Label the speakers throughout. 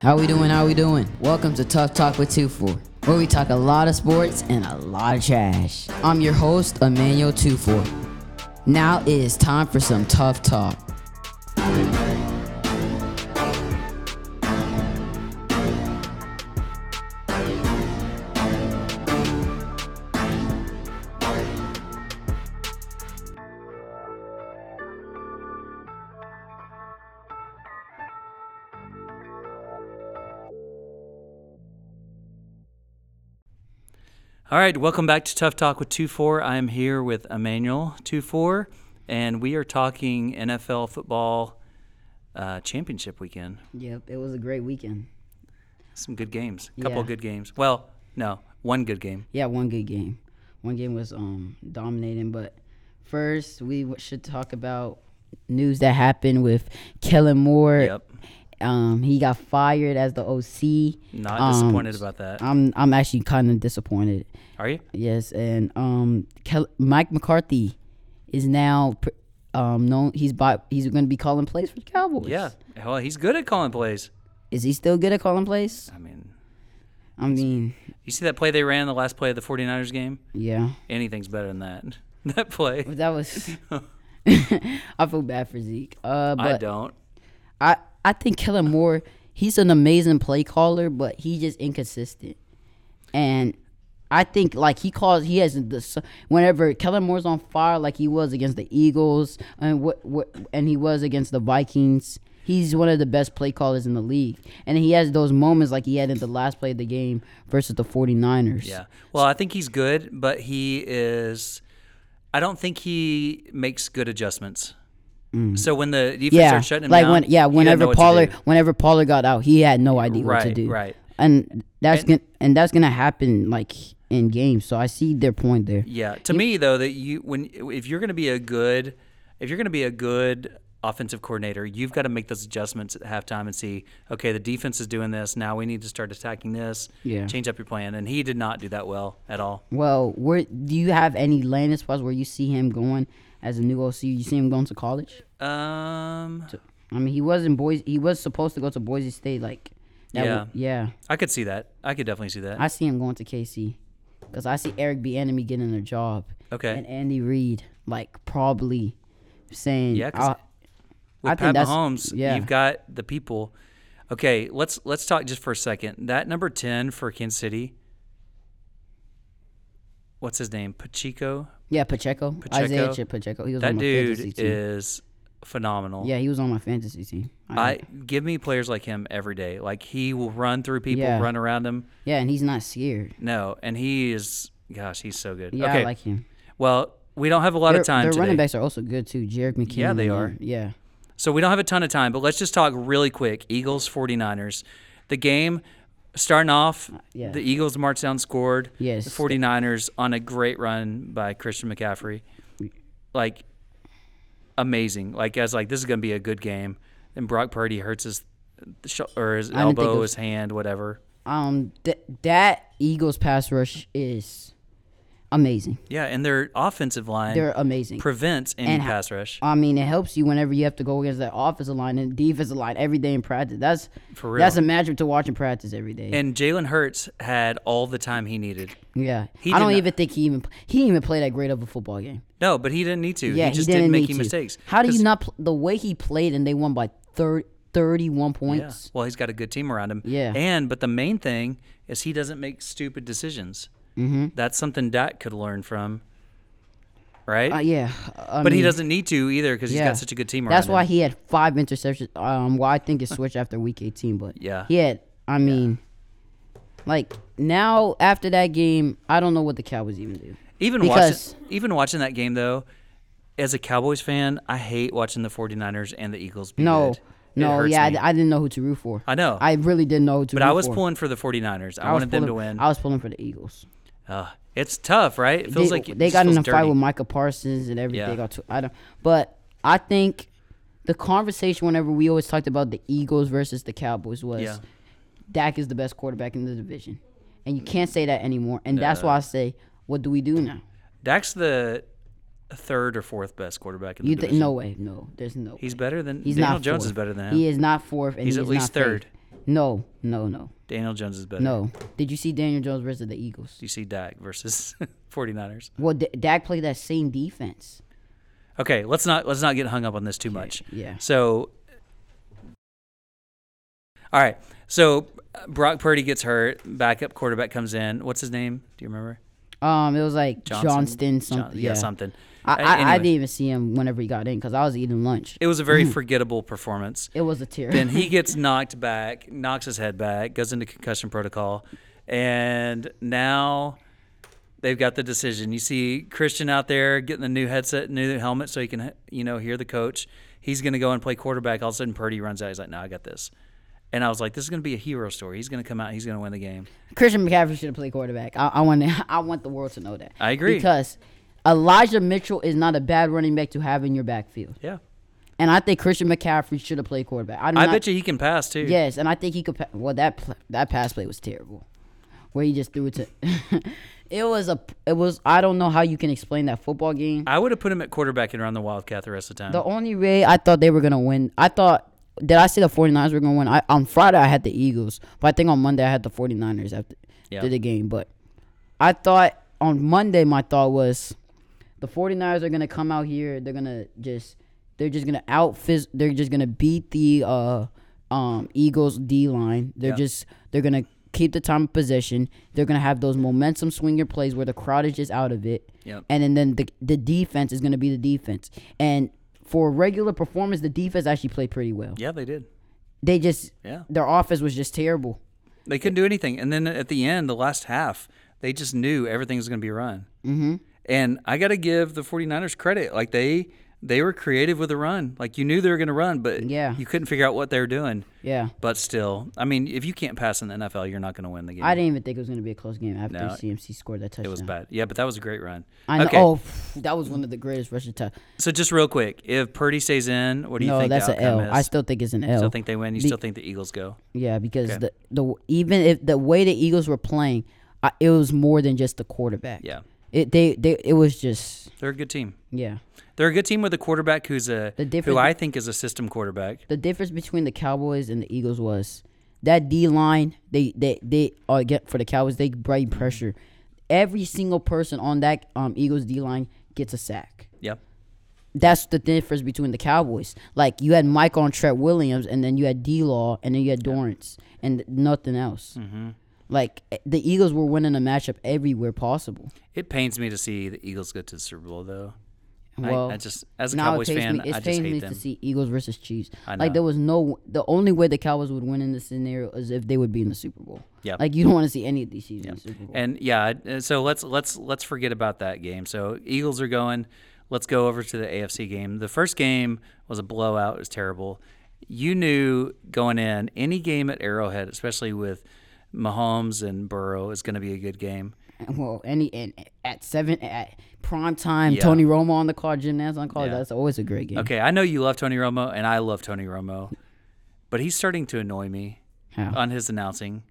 Speaker 1: How we doing? How we doing? Welcome to Tough Talk with 2-4, where we talk a lot of sports and a lot of trash. I'm your host, Emmanuel 2-4. Now it is time for some tough talk.
Speaker 2: All right, welcome back to Tough Talk with 2-4. I am here with Emmanuel 2-4, and we are talking NFL football uh, championship weekend.
Speaker 1: Yep, it was a great weekend.
Speaker 2: Some good games, a couple
Speaker 1: Yeah.
Speaker 2: of good games. Well, no, one good game.
Speaker 1: Yeah, one good game. One game was um dominating, but first we w- should talk about news that happened with Kellen Moore.
Speaker 2: Yep,
Speaker 1: Um, he got fired as the OC.
Speaker 2: not
Speaker 1: Um,
Speaker 2: disappointed about that.
Speaker 1: I'm I'm actually kind of disappointed.
Speaker 2: Are you?
Speaker 1: Yes, and um, Kel- Mike McCarthy is now pr- um known. He's by, he's going to be calling plays for the Cowboys.
Speaker 2: Yeah. Well, he's good at calling plays.
Speaker 1: is he still good at calling plays?
Speaker 2: I mean,
Speaker 1: I mean,
Speaker 2: you see that play they ran the last play of the 49ers game?
Speaker 1: yeah,
Speaker 2: Anything's better than that. That play.
Speaker 1: but that was. I feel bad for Zeke. Uh,
Speaker 2: I
Speaker 1: but
Speaker 2: don't.
Speaker 1: I, I think Kellen Moore he's an amazing play caller, but he's just inconsistent, and. I think like he calls he has the s- whenever Kellen Moore's on fire like he was against the Eagles and what, what and he was against the Vikings. He's one of the best play callers in the league. And he has those moments like he had in the last play of the game versus the 49ers.
Speaker 2: Yeah. Well, I think he's good, but he is. I don't think he makes good adjustments. So when the defense
Speaker 1: Mm. Yeah.
Speaker 2: are shutting him
Speaker 1: like
Speaker 2: down,
Speaker 1: when yeah,
Speaker 2: he doesn't know
Speaker 1: whenever
Speaker 2: what to
Speaker 1: Pollard
Speaker 2: do.
Speaker 1: whenever Pollard got out, he had no idea what to
Speaker 2: Right,
Speaker 1: do.
Speaker 2: right.
Speaker 1: And that's gonna and that's gonna happen like in games. So I see their point there.
Speaker 2: yeah. To me though, that you when if you're going to be a good, if you're going to be a good offensive coordinator, you've got to make those adjustments at halftime and see, okay, the defense is doing this. Now we need to start attacking this.
Speaker 1: Yeah.
Speaker 2: Change up your plan, and he did not do that well at all.
Speaker 1: Well, where do you have any landing spots where you see him going as a new OC? You see him going to college?
Speaker 2: Um,
Speaker 1: I mean, he was in Boise. He was supposed to go to Boise State. Like, that
Speaker 2: Yeah.
Speaker 1: w- yeah.
Speaker 2: I could see that. I could definitely see that.
Speaker 1: I see him going to KC because I see Eric B. Enemy getting a job
Speaker 2: okay.
Speaker 1: and Andy Reid like probably saying,
Speaker 2: Yeah, 'cause
Speaker 1: "I'll-
Speaker 2: with
Speaker 1: I think
Speaker 2: Pat
Speaker 1: that's-
Speaker 2: Mahomes,
Speaker 1: yeah.
Speaker 2: you've got the people. Okay, let's let's talk just for a second. That number ten for Kansas City. What's his name? Pacheco.
Speaker 1: yeah, Pacheco, Isaiah
Speaker 2: Pacheco.
Speaker 1: Chip Pacheco. He was on
Speaker 2: That
Speaker 1: my
Speaker 2: dude
Speaker 1: fantasy team.
Speaker 2: is phenomenal.
Speaker 1: yeah, he was on my fantasy team.
Speaker 2: I give me players like him every day. Like he will run through people,
Speaker 1: Yeah.
Speaker 2: run around them.
Speaker 1: yeah, and he's not scared.
Speaker 2: No, and he is gosh, he's so good.
Speaker 1: Yeah,
Speaker 2: okay.
Speaker 1: I like him.
Speaker 2: well, we don't have a lot
Speaker 1: Their,
Speaker 2: of time
Speaker 1: their
Speaker 2: today.
Speaker 1: running backs are also good too. Jarek McKinnon.
Speaker 2: they
Speaker 1: and-
Speaker 2: are.
Speaker 1: Yeah.
Speaker 2: So we don't have a ton of time, but let's just talk really quick. Eagles 49ers. The game starting off,
Speaker 1: Uh, yeah.
Speaker 2: the Eagles march down scored.
Speaker 1: Yes.
Speaker 2: The 49ers on a great run by Christian McCaffrey. Like amazing. Like I was like this is going to be a good game. And Brock Purdy hurts his sh- or his
Speaker 1: didn't think it
Speaker 2: elbow,
Speaker 1: was-
Speaker 2: his hand, whatever.
Speaker 1: Um, th- that Eagles pass rush is amazing.
Speaker 2: Yeah, and their offensive line
Speaker 1: They're amazing.
Speaker 2: prevents any
Speaker 1: And ho-
Speaker 2: pass rush.
Speaker 1: I mean, it helps you whenever you have to go against that offensive line and defensive line every day in practice. That's
Speaker 2: For real.
Speaker 1: That's a matchup to watch in practice every day.
Speaker 2: And Jalen Hurts had all the time he needed.
Speaker 1: yeah,
Speaker 2: he
Speaker 1: I
Speaker 2: did
Speaker 1: don't
Speaker 2: not-
Speaker 1: even think he even he didn't even play that great of a football game.
Speaker 2: No, but he didn't need to.
Speaker 1: Yeah,
Speaker 2: he just
Speaker 1: didn't,
Speaker 2: didn't, make
Speaker 1: need
Speaker 2: any
Speaker 1: to.
Speaker 2: mistakes.
Speaker 1: How do
Speaker 2: 'Cause-
Speaker 1: you not pl- the way he played and they won by 30, 31
Speaker 2: Yeah.
Speaker 1: points?
Speaker 2: Well, he's got a good team around him.
Speaker 1: Yeah.
Speaker 2: And but the main thing is he doesn't make stupid decisions.
Speaker 1: Mm-hmm.
Speaker 2: That's something Dak could learn from, right?
Speaker 1: Yeah, uh, yeah. I
Speaker 2: but he
Speaker 1: mean,
Speaker 2: doesn't need to either because he's
Speaker 1: yeah.
Speaker 2: got such a good team around
Speaker 1: That's
Speaker 2: him.
Speaker 1: why he had five interceptions. Um, well, I think it switched after week 18, but
Speaker 2: Yeah.
Speaker 1: he had. I mean, like now after that game, I don't know what the Cowboys even do.
Speaker 2: even
Speaker 1: because-
Speaker 2: watching even watching that game though, as a Cowboys fan, I hate watching the 49ers and the Eagles be
Speaker 1: No,
Speaker 2: good. It
Speaker 1: no,
Speaker 2: hurts
Speaker 1: yeah, I,
Speaker 2: me.
Speaker 1: d- I didn't know who to root for.
Speaker 2: I know.
Speaker 1: I really didn't know who to
Speaker 2: but
Speaker 1: root
Speaker 2: I was
Speaker 1: for.
Speaker 2: pulling for the 49ers. I,
Speaker 1: I was
Speaker 2: wanted them to
Speaker 1: pulling-
Speaker 2: win.
Speaker 1: I was pulling for the Eagles.
Speaker 2: Ugh. it's tough, right? It
Speaker 1: they,
Speaker 2: feels like it
Speaker 1: they
Speaker 2: just
Speaker 1: got in
Speaker 2: feels
Speaker 1: a fight
Speaker 2: dirty.
Speaker 1: with Micah Parsons and everything.
Speaker 2: Yeah.
Speaker 1: Got to- I don't, but I think the conversation whenever we always talked about the Eagles versus the Cowboys was
Speaker 2: Yeah.
Speaker 1: Dak is the best quarterback in the division, and you can't say that anymore. And that's why I say, what do we do now?
Speaker 2: Dak's the third or fourth best quarterback in the
Speaker 1: You
Speaker 2: division.
Speaker 1: think? No way. No, there's no.
Speaker 2: He's
Speaker 1: way.
Speaker 2: better than
Speaker 1: He's
Speaker 2: Daniel
Speaker 1: not
Speaker 2: Jones is
Speaker 1: fourth.
Speaker 2: better than him.
Speaker 1: He is not fourth, and
Speaker 2: He's
Speaker 1: he
Speaker 2: at
Speaker 1: is not
Speaker 2: least
Speaker 1: fifth.
Speaker 2: third.
Speaker 1: No, no, no,
Speaker 2: Daniel Jones is better.
Speaker 1: no. Did you see Daniel Jones versus the Eagles?
Speaker 2: You see Dak versus 49ers.
Speaker 1: Well, D- Dak played that same defense.
Speaker 2: Okay, let's not let's not get hung up on this too much.
Speaker 1: yeah.
Speaker 2: So All right. So uh, Brock Purdy gets hurt, backup quarterback comes in. What's his name? Do you remember?
Speaker 1: Um, it was like
Speaker 2: Johnson?
Speaker 1: Johnston
Speaker 2: John-
Speaker 1: something.
Speaker 2: yeah,
Speaker 1: yeah.
Speaker 2: something.
Speaker 1: I,
Speaker 2: A-
Speaker 1: I, I
Speaker 2: anyway,
Speaker 1: didn't even see him whenever he got in because I was eating lunch.
Speaker 2: It was a
Speaker 1: Mm-hmm.
Speaker 2: very forgettable performance.
Speaker 1: It was a tear.
Speaker 2: Then he gets knocked back, knocks his head back, goes into concussion protocol, and now they've got the decision. You see Christian out there getting the new headset, new helmet, so he can you know hear the coach. He's going to go and play quarterback. All of a sudden, Purdy runs out. He's like, "No, I got this." And I was like, "This is going to be a hero story. He's going to come out. He's going to win the game."
Speaker 1: Christian McCaffrey should have played quarterback. I, I want to, I want the world to know that.
Speaker 2: I agree.
Speaker 1: because Elijah Mitchell is not a bad running back to have in your backfield,
Speaker 2: Yeah,
Speaker 1: and I think Christian McCaffrey should have played quarterback. I'm
Speaker 2: I
Speaker 1: not-
Speaker 2: bet you he can pass too.
Speaker 1: Yes, and I think he could. Pa- well, that pl- that pass play was terrible, where he just threw it to. it was a. It was. I don't know how you can explain that football game.
Speaker 2: I would have put him at quarterback and run the Wildcat the rest of the time.
Speaker 1: The only way I thought they were gonna win, I thought did I say the 49ers were gonna win? I on Friday I had the Eagles, but I think on Monday I had the 49ers after
Speaker 2: Yeah.
Speaker 1: after the game. But I thought on Monday my thought was the 49ers are gonna come out here, they're gonna just they're just gonna out phys- they're just gonna beat the uh um Eagles D line. They're
Speaker 2: Yeah.
Speaker 1: just they're gonna keep the time of possession. They're gonna have those momentum swinger plays where the crowd is just out of it
Speaker 2: Yep.
Speaker 1: and then, then the the defense is going to be the defense. And for a regular performance, the defense actually played pretty well.
Speaker 2: yeah, they did.
Speaker 1: They just
Speaker 2: Yeah.
Speaker 1: their offense was just terrible.
Speaker 2: They couldn't do anything. And then at the end, the last half, they just knew everything was going to be run. Mm-hmm. And I got to give the 49ers credit. Like they they were creative with the run. Like you knew they were going to run, but
Speaker 1: Yeah.
Speaker 2: you couldn't figure out what they were doing.
Speaker 1: Yeah,
Speaker 2: But still, I mean, if you can't pass in the NFL, you're not going to win the game.
Speaker 1: I didn't even think it was going to be a close game after
Speaker 2: No.
Speaker 1: CMC scored that touchdown.
Speaker 2: it was bad. Yeah, but that was a great run.
Speaker 1: I know.
Speaker 2: okay.
Speaker 1: Oh, that was one of the greatest rushing touch.
Speaker 2: So just real quick, if Purdy stays in, what do you
Speaker 1: No,
Speaker 2: think
Speaker 1: that's
Speaker 2: the
Speaker 1: an
Speaker 2: outcome
Speaker 1: L.
Speaker 2: is?
Speaker 1: I still think it's an L.
Speaker 2: still think they win. You
Speaker 1: Be-
Speaker 2: still think the Eagles go?
Speaker 1: yeah, because
Speaker 2: Okay.
Speaker 1: the the even if the way the Eagles were playing, I, it was more than just the quarterback.
Speaker 2: Yeah.
Speaker 1: It they they it was just
Speaker 2: They're a good team.
Speaker 1: yeah.
Speaker 2: They're a good team with a quarterback who's a
Speaker 1: The
Speaker 2: who
Speaker 1: difference-
Speaker 2: I think is a system quarterback.
Speaker 1: the difference between the Cowboys and the Eagles was that D line. They they they uh, get for the Cowboys. They bring
Speaker 2: Mm-hmm.
Speaker 1: pressure. Every single person on that um, Eagles D line gets a sack.
Speaker 2: Yeah.
Speaker 1: That's the difference between the Cowboys. Like you had Mike on Trent Williams, and then you had D Law, and then you had Dorrance, and nothing else.
Speaker 2: Mm-hmm.
Speaker 1: Like eh, the Eagles were winning the matchup everywhere possible.
Speaker 2: It pains me to see the Eagles go to the Super Bowl, though. I-
Speaker 1: Well,
Speaker 2: I, just as a
Speaker 1: Now
Speaker 2: Cowboys
Speaker 1: it pains
Speaker 2: fan,
Speaker 1: me.
Speaker 2: I
Speaker 1: It
Speaker 2: just
Speaker 1: pains
Speaker 2: hate
Speaker 1: me
Speaker 2: them.
Speaker 1: to see Eagles versus Chiefs.
Speaker 2: I know.
Speaker 1: Like there was no. The only way the Cowboys would win in this scenario is if they would be in the Super Bowl.
Speaker 2: Yeah.
Speaker 1: Like you don't want to see any of these teams in the Super Bowl.
Speaker 2: And yeah, I- so let's let's let's forget about that game. So Eagles are going. Let's go over to the AFC game. The first game was a blowout. It was terrible. You knew going in any game at Arrowhead, especially with Mahomes and Burrow, is going to be a good game.
Speaker 1: well, any and at seven at prime time,
Speaker 2: Yeah.
Speaker 1: Tony Romo on the call, Jim Nance on the call.
Speaker 2: Yeah.
Speaker 1: That's always a great game.
Speaker 2: Okay, I know you love Tony Romo, and I love Tony Romo, but he's starting to annoy me
Speaker 1: How?
Speaker 2: on his announcing.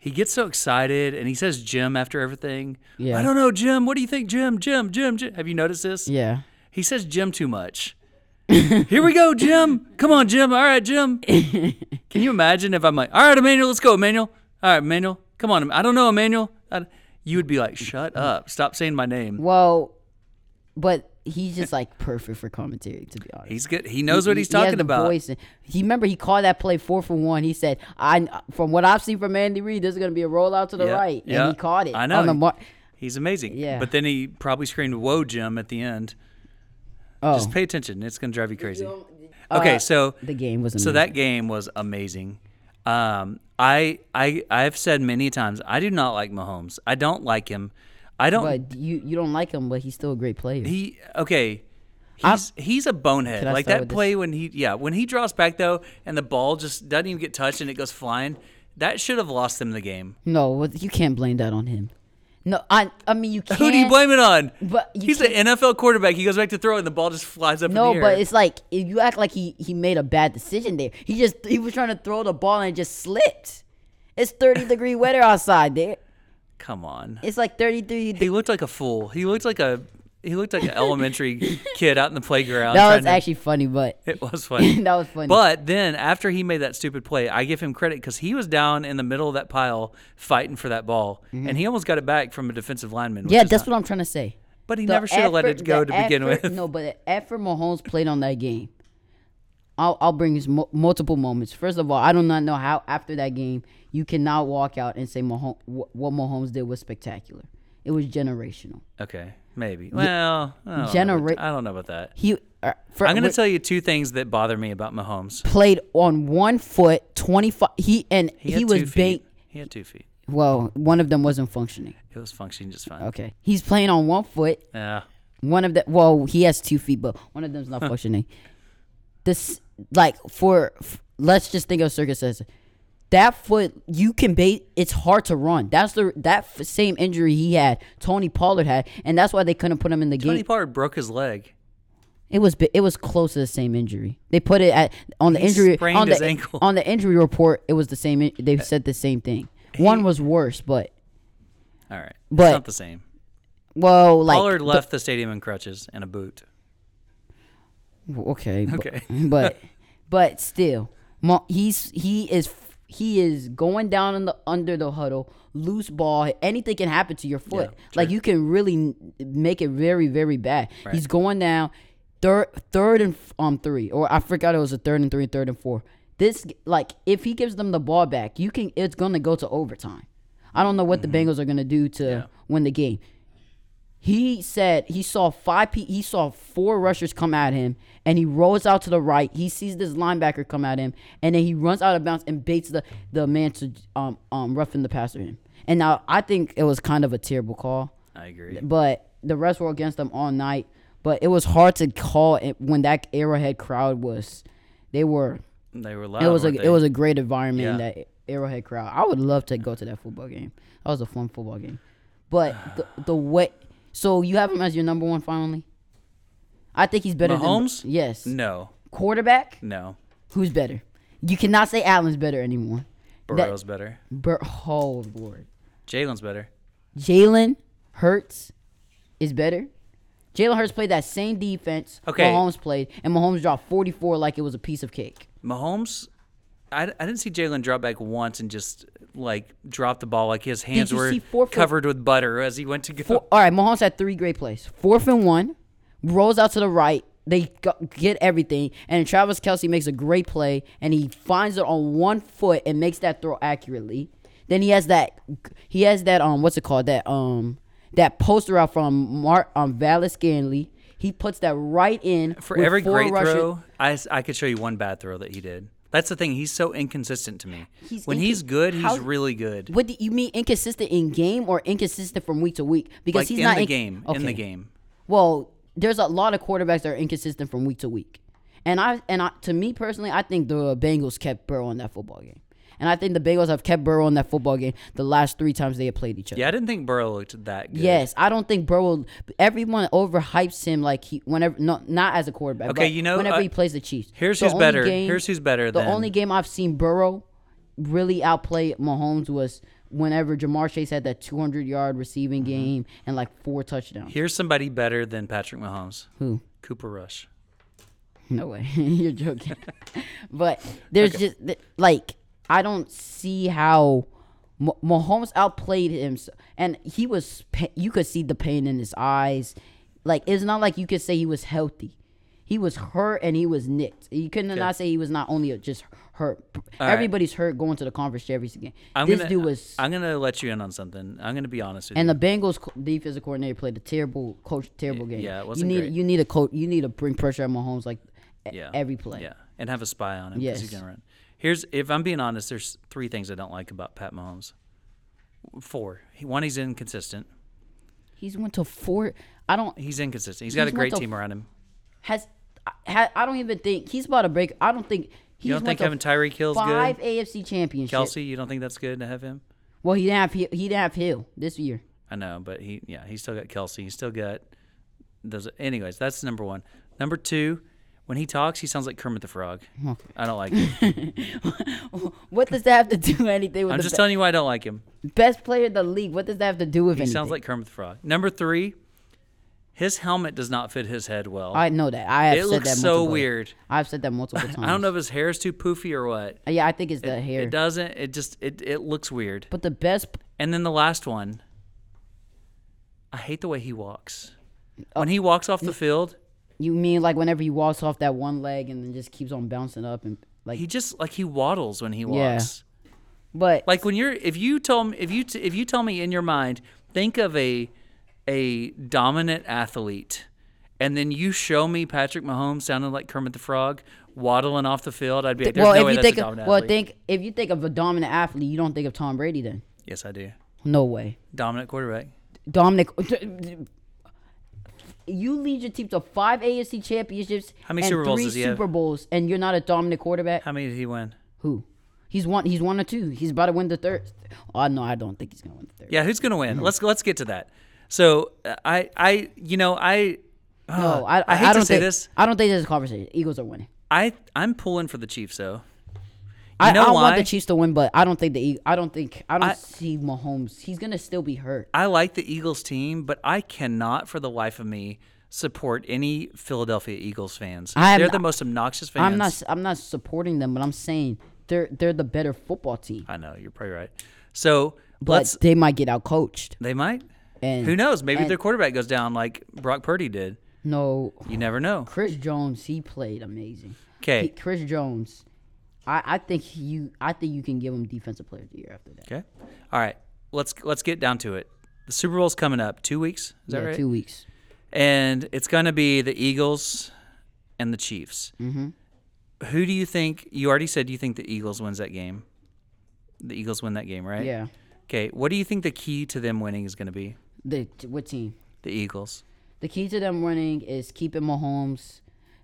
Speaker 2: He gets so excited and he says Jim after everything.
Speaker 1: Yeah.
Speaker 2: I don't know, Jim. What do you think, Jim? Jim, Jim, Jim. Have you noticed this?
Speaker 1: Yeah.
Speaker 2: He says Jim too much. Here we go, Jim. Come on, Jim. All right, Jim. Can you imagine if I'm like, all right, Emmanuel, let's go, Emmanuel. All right, Emmanuel. Come on. I don't know, Emmanuel. I, you would be like, shut up. Stop saying my name.
Speaker 1: Well, but he's just like perfect for commentary, to be honest.
Speaker 2: He's good. He knows what
Speaker 1: He-
Speaker 2: he's
Speaker 1: he has
Speaker 2: talking
Speaker 1: the
Speaker 2: about.
Speaker 1: voice. He remember he called that play four for one. He said, "I from what I've seen from Andy Reid, this is going to be a rollout to the
Speaker 2: Yeah,
Speaker 1: right," and
Speaker 2: yeah.
Speaker 1: he caught it.
Speaker 2: I know.
Speaker 1: On the mar-
Speaker 2: He's amazing.
Speaker 1: Yeah.
Speaker 2: But then he probably screamed, whoa, Jim, at the end.
Speaker 1: oh, Uh,
Speaker 2: Just pay attention. It's going to drive you crazy. Okay, so
Speaker 1: the game was amazing.
Speaker 2: So that game was amazing. Um, I I I've said many times I do not like Mahomes. I don't like him. I don't.
Speaker 1: But you you don't like him, but he's still a great player.
Speaker 2: he okay.
Speaker 1: I'm-
Speaker 2: He's he's a bonehead.
Speaker 1: I
Speaker 2: Like
Speaker 1: start
Speaker 2: that
Speaker 1: with
Speaker 2: play when he yeah when he draws back though and the ball just doesn't even get touched and it goes flying. That should have lost them the game.
Speaker 1: no, what- you can't blame that on him. No, I I mean you can't.
Speaker 2: Who do you blame it on?
Speaker 1: But you
Speaker 2: he's an NFL quarterback. He goes back to throw and the ball just flies up.
Speaker 1: No,
Speaker 2: in the air.
Speaker 1: but it's like if you act like he he made a bad decision there. He just he was trying to throw the ball and it just slipped. It's thirty degree weather outside there.
Speaker 2: come on.
Speaker 1: It's like thirty three.
Speaker 2: He looked like a fool. He looked like a he looked like an elementary kid out in the playground.
Speaker 1: That was
Speaker 2: trying to-
Speaker 1: actually funny, but
Speaker 2: it was funny.
Speaker 1: that was funny.
Speaker 2: But then after he made that stupid play, I give him credit because he was down in the middle of that pile fighting for that ball, and he almost got it back from a defensive lineman. which
Speaker 1: Mm-hmm. yeah,
Speaker 2: is
Speaker 1: that's
Speaker 2: not-
Speaker 1: what I'm trying to say.
Speaker 2: but he
Speaker 1: The
Speaker 2: never should have let
Speaker 1: effort-
Speaker 2: it go
Speaker 1: the
Speaker 2: to begin
Speaker 1: effort-
Speaker 2: with.
Speaker 1: No, but the effort Mahomes played on that game, I'll, I'll bring his mo- multiple moments. First of all, I do not know how after that game you cannot walk out and say Mahomes, what Mahomes did was spectacular. It was generational.
Speaker 2: Okay, maybe. Well, I don't, know,
Speaker 1: Genera-
Speaker 2: about- I don't know about that.
Speaker 1: He, uh, for,
Speaker 2: I'm going to tell you two things that bother me about Mahomes.
Speaker 1: played on one foot, twenty five. He and he,
Speaker 2: had two
Speaker 1: was
Speaker 2: feet.
Speaker 1: big.
Speaker 2: He had two feet.
Speaker 1: Well, one of them wasn't functioning.
Speaker 2: It was functioning just fine.
Speaker 1: Okay, he's playing on one foot.
Speaker 2: Yeah.
Speaker 1: One of the well, he has two feet, but one of them's not functioning. This like for f- let's just think of circus as that foot you can bait. It's hard to run. That's the that f- same injury he had. Tony Pollard had, and that's why they couldn't put him in the
Speaker 2: Tony
Speaker 1: game.
Speaker 2: Pollard broke his leg.
Speaker 1: It was bi- it was close to the same injury. They put it at on the
Speaker 2: He
Speaker 1: injury
Speaker 2: sprained
Speaker 1: on
Speaker 2: his
Speaker 1: the
Speaker 2: ankle.
Speaker 1: on the injury report. It was the same. in- They said the same thing. One was worse, but
Speaker 2: All right.
Speaker 1: But-
Speaker 2: it's not the same.
Speaker 1: well, like
Speaker 2: Pollard left the stadium in crutches and a boot.
Speaker 1: Okay. bu-
Speaker 2: Okay.
Speaker 1: But but still, Mo- he's he is he is going down in the under the huddle, loose ball. Anything can happen to your foot.
Speaker 2: Yeah,
Speaker 1: like you can really n- make it very very bad. He's going down third third and f- um three or I forgot it was a third and three, third and four. This like if he gives them the ball back, you can it's gonna go to overtime. I don't know what the Bengals are gonna do to win the game. He said he saw five. Pe- he saw four rushers come at him, and he rolls out to the right. He sees this linebacker come at him, and then he runs out of bounds and baits the the man to um um roughing the passer him. And now I think it was kind of a terrible call,
Speaker 2: I agree.
Speaker 1: but the rest were against them all night. But it was hard to call it when that Arrowhead crowd was. They were.
Speaker 2: They were loud.
Speaker 1: It was a
Speaker 2: weren't
Speaker 1: it
Speaker 2: they?
Speaker 1: was a great environment
Speaker 2: Yeah.
Speaker 1: in that Arrowhead crowd. I would love to go to that football game. That was a fun football game. But the the way so you have him as your number one finally. I think he's better
Speaker 2: Mahomes?
Speaker 1: than yes
Speaker 2: No,
Speaker 1: quarterback.
Speaker 2: no.
Speaker 1: Who's better? You cannot say Allen's better anymore.
Speaker 2: Burrow's better.
Speaker 1: Bur- oh lord,
Speaker 2: Jalen's better.
Speaker 1: Jalen Hurts is better. Jalen Hurts played that same defense
Speaker 2: Okay.
Speaker 1: Mahomes played, and Mahomes dropped 44 like it was a piece of cake.
Speaker 2: Mahomes, I, I didn't see Jalen drop back once and just like drop the ball like his hands
Speaker 1: you
Speaker 2: were
Speaker 1: see four for-
Speaker 2: covered with butter as he went to go.
Speaker 1: Four, all right, Mahomes had three great plays. Fourth and one, rolls out to the right. They go, get everything, and Travis Kelsey makes a great play, and he finds it on one foot and makes that throw accurately. Then he has that, he has that um, what's it called? That um, that poster out from Mark um Valles Scanley. He puts that right in
Speaker 2: For
Speaker 1: with
Speaker 2: every
Speaker 1: four
Speaker 2: great
Speaker 1: rushes.
Speaker 2: throw, I, s- I could show you one bad throw that he did. That's the thing. He's so inconsistent to me.
Speaker 1: He's
Speaker 2: when
Speaker 1: incon-
Speaker 2: he's good, he's
Speaker 1: how-
Speaker 2: really good.
Speaker 1: What do you mean inconsistent in game or inconsistent from week to week? Because
Speaker 2: Like
Speaker 1: he's
Speaker 2: in
Speaker 1: not
Speaker 2: the
Speaker 1: inc-
Speaker 2: game. In the
Speaker 1: Okay.
Speaker 2: game.
Speaker 1: Well, there's a lot of quarterbacks that are inconsistent from week to week, and I and I, to me personally, I think the Bengals kept Burrow in that football game, and I think the Bengals have kept Burrow in that football game the last three times they have played each other.
Speaker 2: Yeah, I didn't think Burrow looked that good.
Speaker 1: Yes, I don't think Burrow. Everyone overhypes him like he whenever not not as a quarterback.
Speaker 2: Okay,
Speaker 1: but
Speaker 2: you know,
Speaker 1: whenever
Speaker 2: uh,
Speaker 1: he plays the Chiefs.
Speaker 2: here's
Speaker 1: The
Speaker 2: who's
Speaker 1: only
Speaker 2: better. Here's who's better
Speaker 1: The
Speaker 2: than-
Speaker 1: only game I've seen Burrow really outplay Mahomes was whenever Jamar Chase had that 200 yard receiving
Speaker 2: Mm-hmm.
Speaker 1: game and like four touchdowns.
Speaker 2: Here's somebody better than Patrick Mahomes.
Speaker 1: Who?
Speaker 2: Cooper Rush.
Speaker 1: No way. You're joking. but there's just th- like I don't see how Ma- Mahomes outplayed him s- and he was pa- you could see the pain in his eyes. Like it's not like you could say he was healthy. He was hurt and he was nicked. You could not say he was not only just hurt.
Speaker 2: right.
Speaker 1: Everybody's hurt going to the conference every game.
Speaker 2: I'm
Speaker 1: this
Speaker 2: gonna,
Speaker 1: dude was
Speaker 2: I'm gonna let you in on something. I'm gonna be honest with
Speaker 1: and the Bengals co- defensive coordinator played a terrible coach, terrible game.
Speaker 2: yeah, it
Speaker 1: you
Speaker 2: wasn't
Speaker 1: need
Speaker 2: great.
Speaker 1: you need a coach. You need to bring pressure on Mahomes like e-
Speaker 2: you. Yeah.
Speaker 1: every play.
Speaker 2: Yeah. And have a spy on him because he's
Speaker 1: Yes.
Speaker 2: gonna run. Here's if I'm being honest, there's three things I don't like about Pat Mahomes. Four. He- One, he's inconsistent.
Speaker 1: He's went to four. I don't
Speaker 2: He's inconsistent. he's got
Speaker 1: He's
Speaker 2: a
Speaker 1: not
Speaker 2: great
Speaker 1: the-
Speaker 2: team around him.
Speaker 1: has. I- Ha, I don't even think he's about to break. I don't think he's
Speaker 2: You don't
Speaker 1: went
Speaker 2: think
Speaker 1: to
Speaker 2: having Tyreek Hill's
Speaker 1: five
Speaker 2: good?
Speaker 1: AFC championships.
Speaker 2: Kelsey, you don't think that's good to have him?
Speaker 1: Well, he didn't have he, he didn't have Hill this year.
Speaker 2: I know, but he yeah, he's still got Kelsey. He's still got those anyways, that's number one. Number two, when he talks, he sounds like Kermit the Frog. I don't like him.
Speaker 1: What does that have to do with anything with
Speaker 2: I'm
Speaker 1: the
Speaker 2: just
Speaker 1: be-
Speaker 2: telling you why I don't like him.
Speaker 1: best player in the league? What does that have to do with
Speaker 2: He
Speaker 1: anything?
Speaker 2: sounds like Kermit the Frog. Number three, His helmet does not fit his head well.
Speaker 1: I know that. I have
Speaker 2: it
Speaker 1: said
Speaker 2: looks
Speaker 1: that
Speaker 2: so
Speaker 1: multiple-
Speaker 2: weird.
Speaker 1: I've said that multiple times.
Speaker 2: I don't know if his hair is too poofy or what.
Speaker 1: Yeah, I think it's the hair.
Speaker 2: It doesn't. It just it it looks weird.
Speaker 1: but the best
Speaker 2: And then the last one. I hate the way he walks.
Speaker 1: Oh.
Speaker 2: When he walks off the field,
Speaker 1: You mean like whenever he walks off that one leg and then just keeps on bouncing up and like,
Speaker 2: he just like he waddles when he
Speaker 1: Yeah.
Speaker 2: walks.
Speaker 1: but
Speaker 2: Like when you're if you tell me if you t- if you tell me in your mind think of a a dominant athlete and then you show me Patrick Mahomes sounding like Kermit the Frog waddling off the field, I'd be
Speaker 1: th-
Speaker 2: like, there's
Speaker 1: well,
Speaker 2: no way
Speaker 1: if you
Speaker 2: that's
Speaker 1: think
Speaker 2: a
Speaker 1: of,
Speaker 2: dominant
Speaker 1: well,
Speaker 2: athlete.
Speaker 1: think if you think of a dominant athlete, you don't think of Tom Brady then.
Speaker 2: yes, I do.
Speaker 1: No way,
Speaker 2: Dominant quarterback.
Speaker 1: Dominic. uh, You lead your team to five AFC championships,
Speaker 2: How many
Speaker 1: and
Speaker 2: Super Bowls
Speaker 1: three
Speaker 2: does he have?
Speaker 1: Super Bowls, and you're not a dominant quarterback.
Speaker 2: How many did he win?
Speaker 1: Who? He's one. He's one or two. He's about to win the third. Oh no, I don't think he's gonna win the third.
Speaker 2: Yeah, who's gonna
Speaker 1: Hmm.
Speaker 2: win? Let's let's get to that. So uh, I I you know I
Speaker 1: No, I,
Speaker 2: Ah, I hate
Speaker 1: I
Speaker 2: to
Speaker 1: don't
Speaker 2: say
Speaker 1: think,
Speaker 2: this.
Speaker 1: I don't think there's a conversation. Eagles are winning.
Speaker 2: I I'm pulling for the Chiefs though.
Speaker 1: I,
Speaker 2: know
Speaker 1: I want
Speaker 2: why?
Speaker 1: the Chiefs to win, but I don't think the E- I don't think I don't
Speaker 2: I-
Speaker 1: see Mahomes. He's gonna still be hurt.
Speaker 2: I like the Eagles team, but I cannot for the life of me support any Philadelphia Eagles fans.
Speaker 1: I am
Speaker 2: They're the
Speaker 1: not-
Speaker 2: most obnoxious fans.
Speaker 1: I'm not s- I'm not supporting them, but I'm saying they're they're the better football team.
Speaker 2: I know you're probably right. So
Speaker 1: But
Speaker 2: let's.
Speaker 1: they might get out coached.
Speaker 2: They might.
Speaker 1: And
Speaker 2: Who knows? Maybe
Speaker 1: and-
Speaker 2: their quarterback goes down like Brock Purdy did.
Speaker 1: No,
Speaker 2: You never know.
Speaker 1: Chris Jones he played amazing.
Speaker 2: Okay.
Speaker 1: He- Chris Jones, I I think he- you I think you can give him defensive player of the year after that.
Speaker 2: Okay. All right. Let's let's get down to it. The Super Bowl's coming up. Two weeks. Is that
Speaker 1: yeah,
Speaker 2: right?
Speaker 1: two weeks.
Speaker 2: and it's going to be the Eagles and the Chiefs.
Speaker 1: Mm-hmm.
Speaker 2: Who do you think? You already said you think the Eagles wins that game. The Eagles win that game, right?
Speaker 1: Yeah.
Speaker 2: Okay. What do you think the key to them winning is going to be?
Speaker 1: The t- what team?
Speaker 2: The Eagles.
Speaker 1: The key to them winning is keeping Mahomes.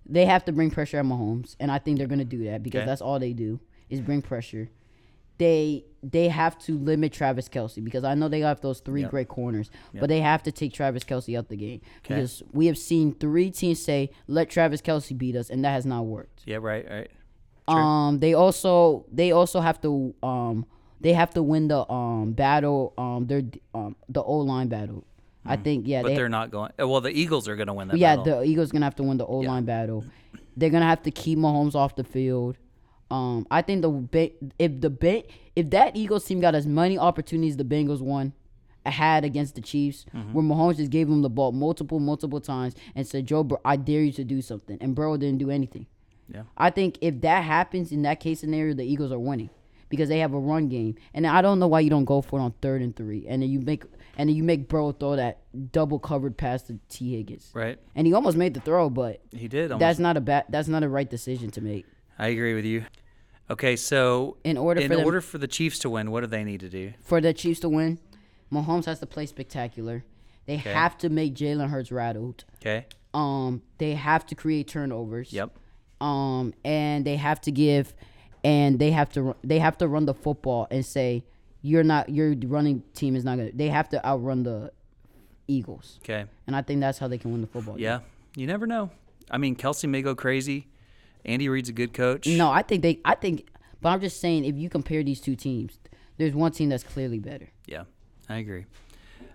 Speaker 1: They have to bring pressure at Mahomes, and I think they're gonna do that because
Speaker 2: Okay.
Speaker 1: that's all they do is bring pressure. They they have to limit Travis Kelsey because I know they have those three great corners, but they have to take Travis Kelsey out the game because we have seen three teams say let Travis Kelsey beat us, and that has not worked.
Speaker 2: Yeah. Right. Right.
Speaker 1: Um, they also they also have to um they have to win the um battle um their um the O line battle. I think yeah
Speaker 2: But
Speaker 1: they
Speaker 2: they, are not going. uh, Well, the Eagles are going to win that.
Speaker 1: yeah,
Speaker 2: battle.
Speaker 1: the Eagles gonna have to win the O line battle. They're gonna have to keep Mahomes off the field. Um, I think the ba- if the ba- if that Eagles team got as many opportunities the Bengals won uh, had against the Chiefs,
Speaker 2: Mm-hmm.
Speaker 1: where Mahomes just gave them the ball multiple multiple times and said, "Joe, Bur- I dare you to do something," and Burrow didn't do anything.
Speaker 2: Yeah.
Speaker 1: I think if that happens in that case scenario, the Eagles are winning because they have a run game, and I don't know why you don't go for it on third and three, and then you make and then you make Burrow throw that double covered pass to T Higgins
Speaker 2: right.
Speaker 1: and he almost made the throw, but
Speaker 2: He did. Almost.
Speaker 1: that's not a bad. That's not a right decision to make.
Speaker 2: I agree with you. Okay. So
Speaker 1: In order
Speaker 2: in
Speaker 1: for them-
Speaker 2: order for the Chiefs to win, what do they need to do?
Speaker 1: For the Chiefs to win, Mahomes has to play spectacular. They have to make Jalen Hurts rattled.
Speaker 2: Okay.
Speaker 1: Um, they have to create turnovers.
Speaker 2: Yep.
Speaker 1: Um, and they have to give, and they have to ru- they have to run the football and say you're not your running team is not gonna. They have to outrun the Eagles,
Speaker 2: Okay.
Speaker 1: and I think that's how they can win the football. game.
Speaker 2: Yeah. You never know. I mean, Kelsey may go crazy. Andy Reid's a good coach.
Speaker 1: No, I think they. I think, but I'm just saying if you compare these two teams, there's one team that's clearly better.
Speaker 2: Yeah, I agree.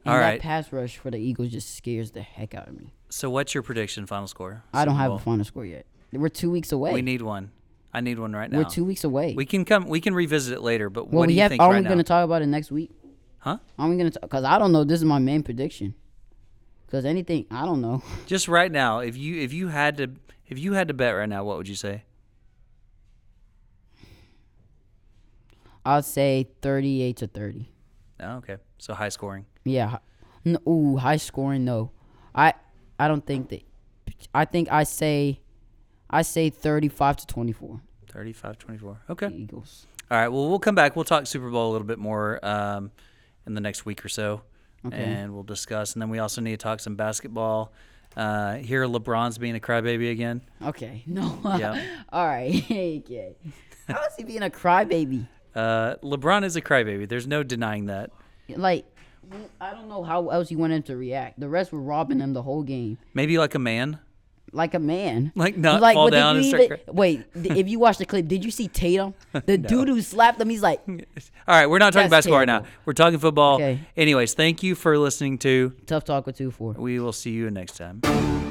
Speaker 1: And
Speaker 2: All
Speaker 1: that
Speaker 2: right.
Speaker 1: pass rush for the Eagles just scares the heck out of me.
Speaker 2: so, what's your prediction? Final score?
Speaker 1: I don't
Speaker 2: Super
Speaker 1: have
Speaker 2: Bowl?
Speaker 1: a final score yet. We're two weeks away.
Speaker 2: We need one. I need one right now.
Speaker 1: We're two weeks away.
Speaker 2: We can come. We can revisit it later. But
Speaker 1: well,
Speaker 2: what do
Speaker 1: we
Speaker 2: you
Speaker 1: have.
Speaker 2: think
Speaker 1: Are
Speaker 2: right
Speaker 1: we
Speaker 2: now?
Speaker 1: going to talk about it next week?
Speaker 2: huh?
Speaker 1: Are we going to? Because I don't know. This is my main prediction. Because anything, I don't know.
Speaker 2: Just right now, if you if you had to if you had to bet right now, what would you say?
Speaker 1: I'll say thirty-eight to thirty.
Speaker 2: Oh, okay. So high scoring.
Speaker 1: Yeah. hi- No, ooh, high scoring. No, I. I don't think that. I think I say. I say thirty-five to twenty-four.
Speaker 2: 35-24. Okay.
Speaker 1: Eagles.
Speaker 2: All right. Well, we'll come back. We'll talk Super Bowl a little bit more um, in the next week or so, and we'll discuss. And then we also need to talk some basketball. Uh, here, LeBron's being a crybaby again.
Speaker 1: Okay. No.
Speaker 2: Yeah.
Speaker 1: All right. okay. How is he being a crybaby?
Speaker 2: Uh, LeBron is a crybaby. There's no denying that.
Speaker 1: Like, I don't know how else you want him to react. The rest were robbing him the whole game.
Speaker 2: Maybe like a man.
Speaker 1: like a man.
Speaker 2: Like not
Speaker 1: Like,
Speaker 2: fall
Speaker 1: but did
Speaker 2: down
Speaker 1: you
Speaker 2: and start
Speaker 1: even- Wait, th- if you watch the clip, did you see Tatum? The dude who slapped him, he's like,
Speaker 2: All right, we're not talking
Speaker 1: That's
Speaker 2: basketball right
Speaker 1: terrible.
Speaker 2: now. We're talking football.
Speaker 1: Okay.
Speaker 2: Anyways, thank you for listening to.
Speaker 1: tough talk with two four.
Speaker 2: We will see you next time.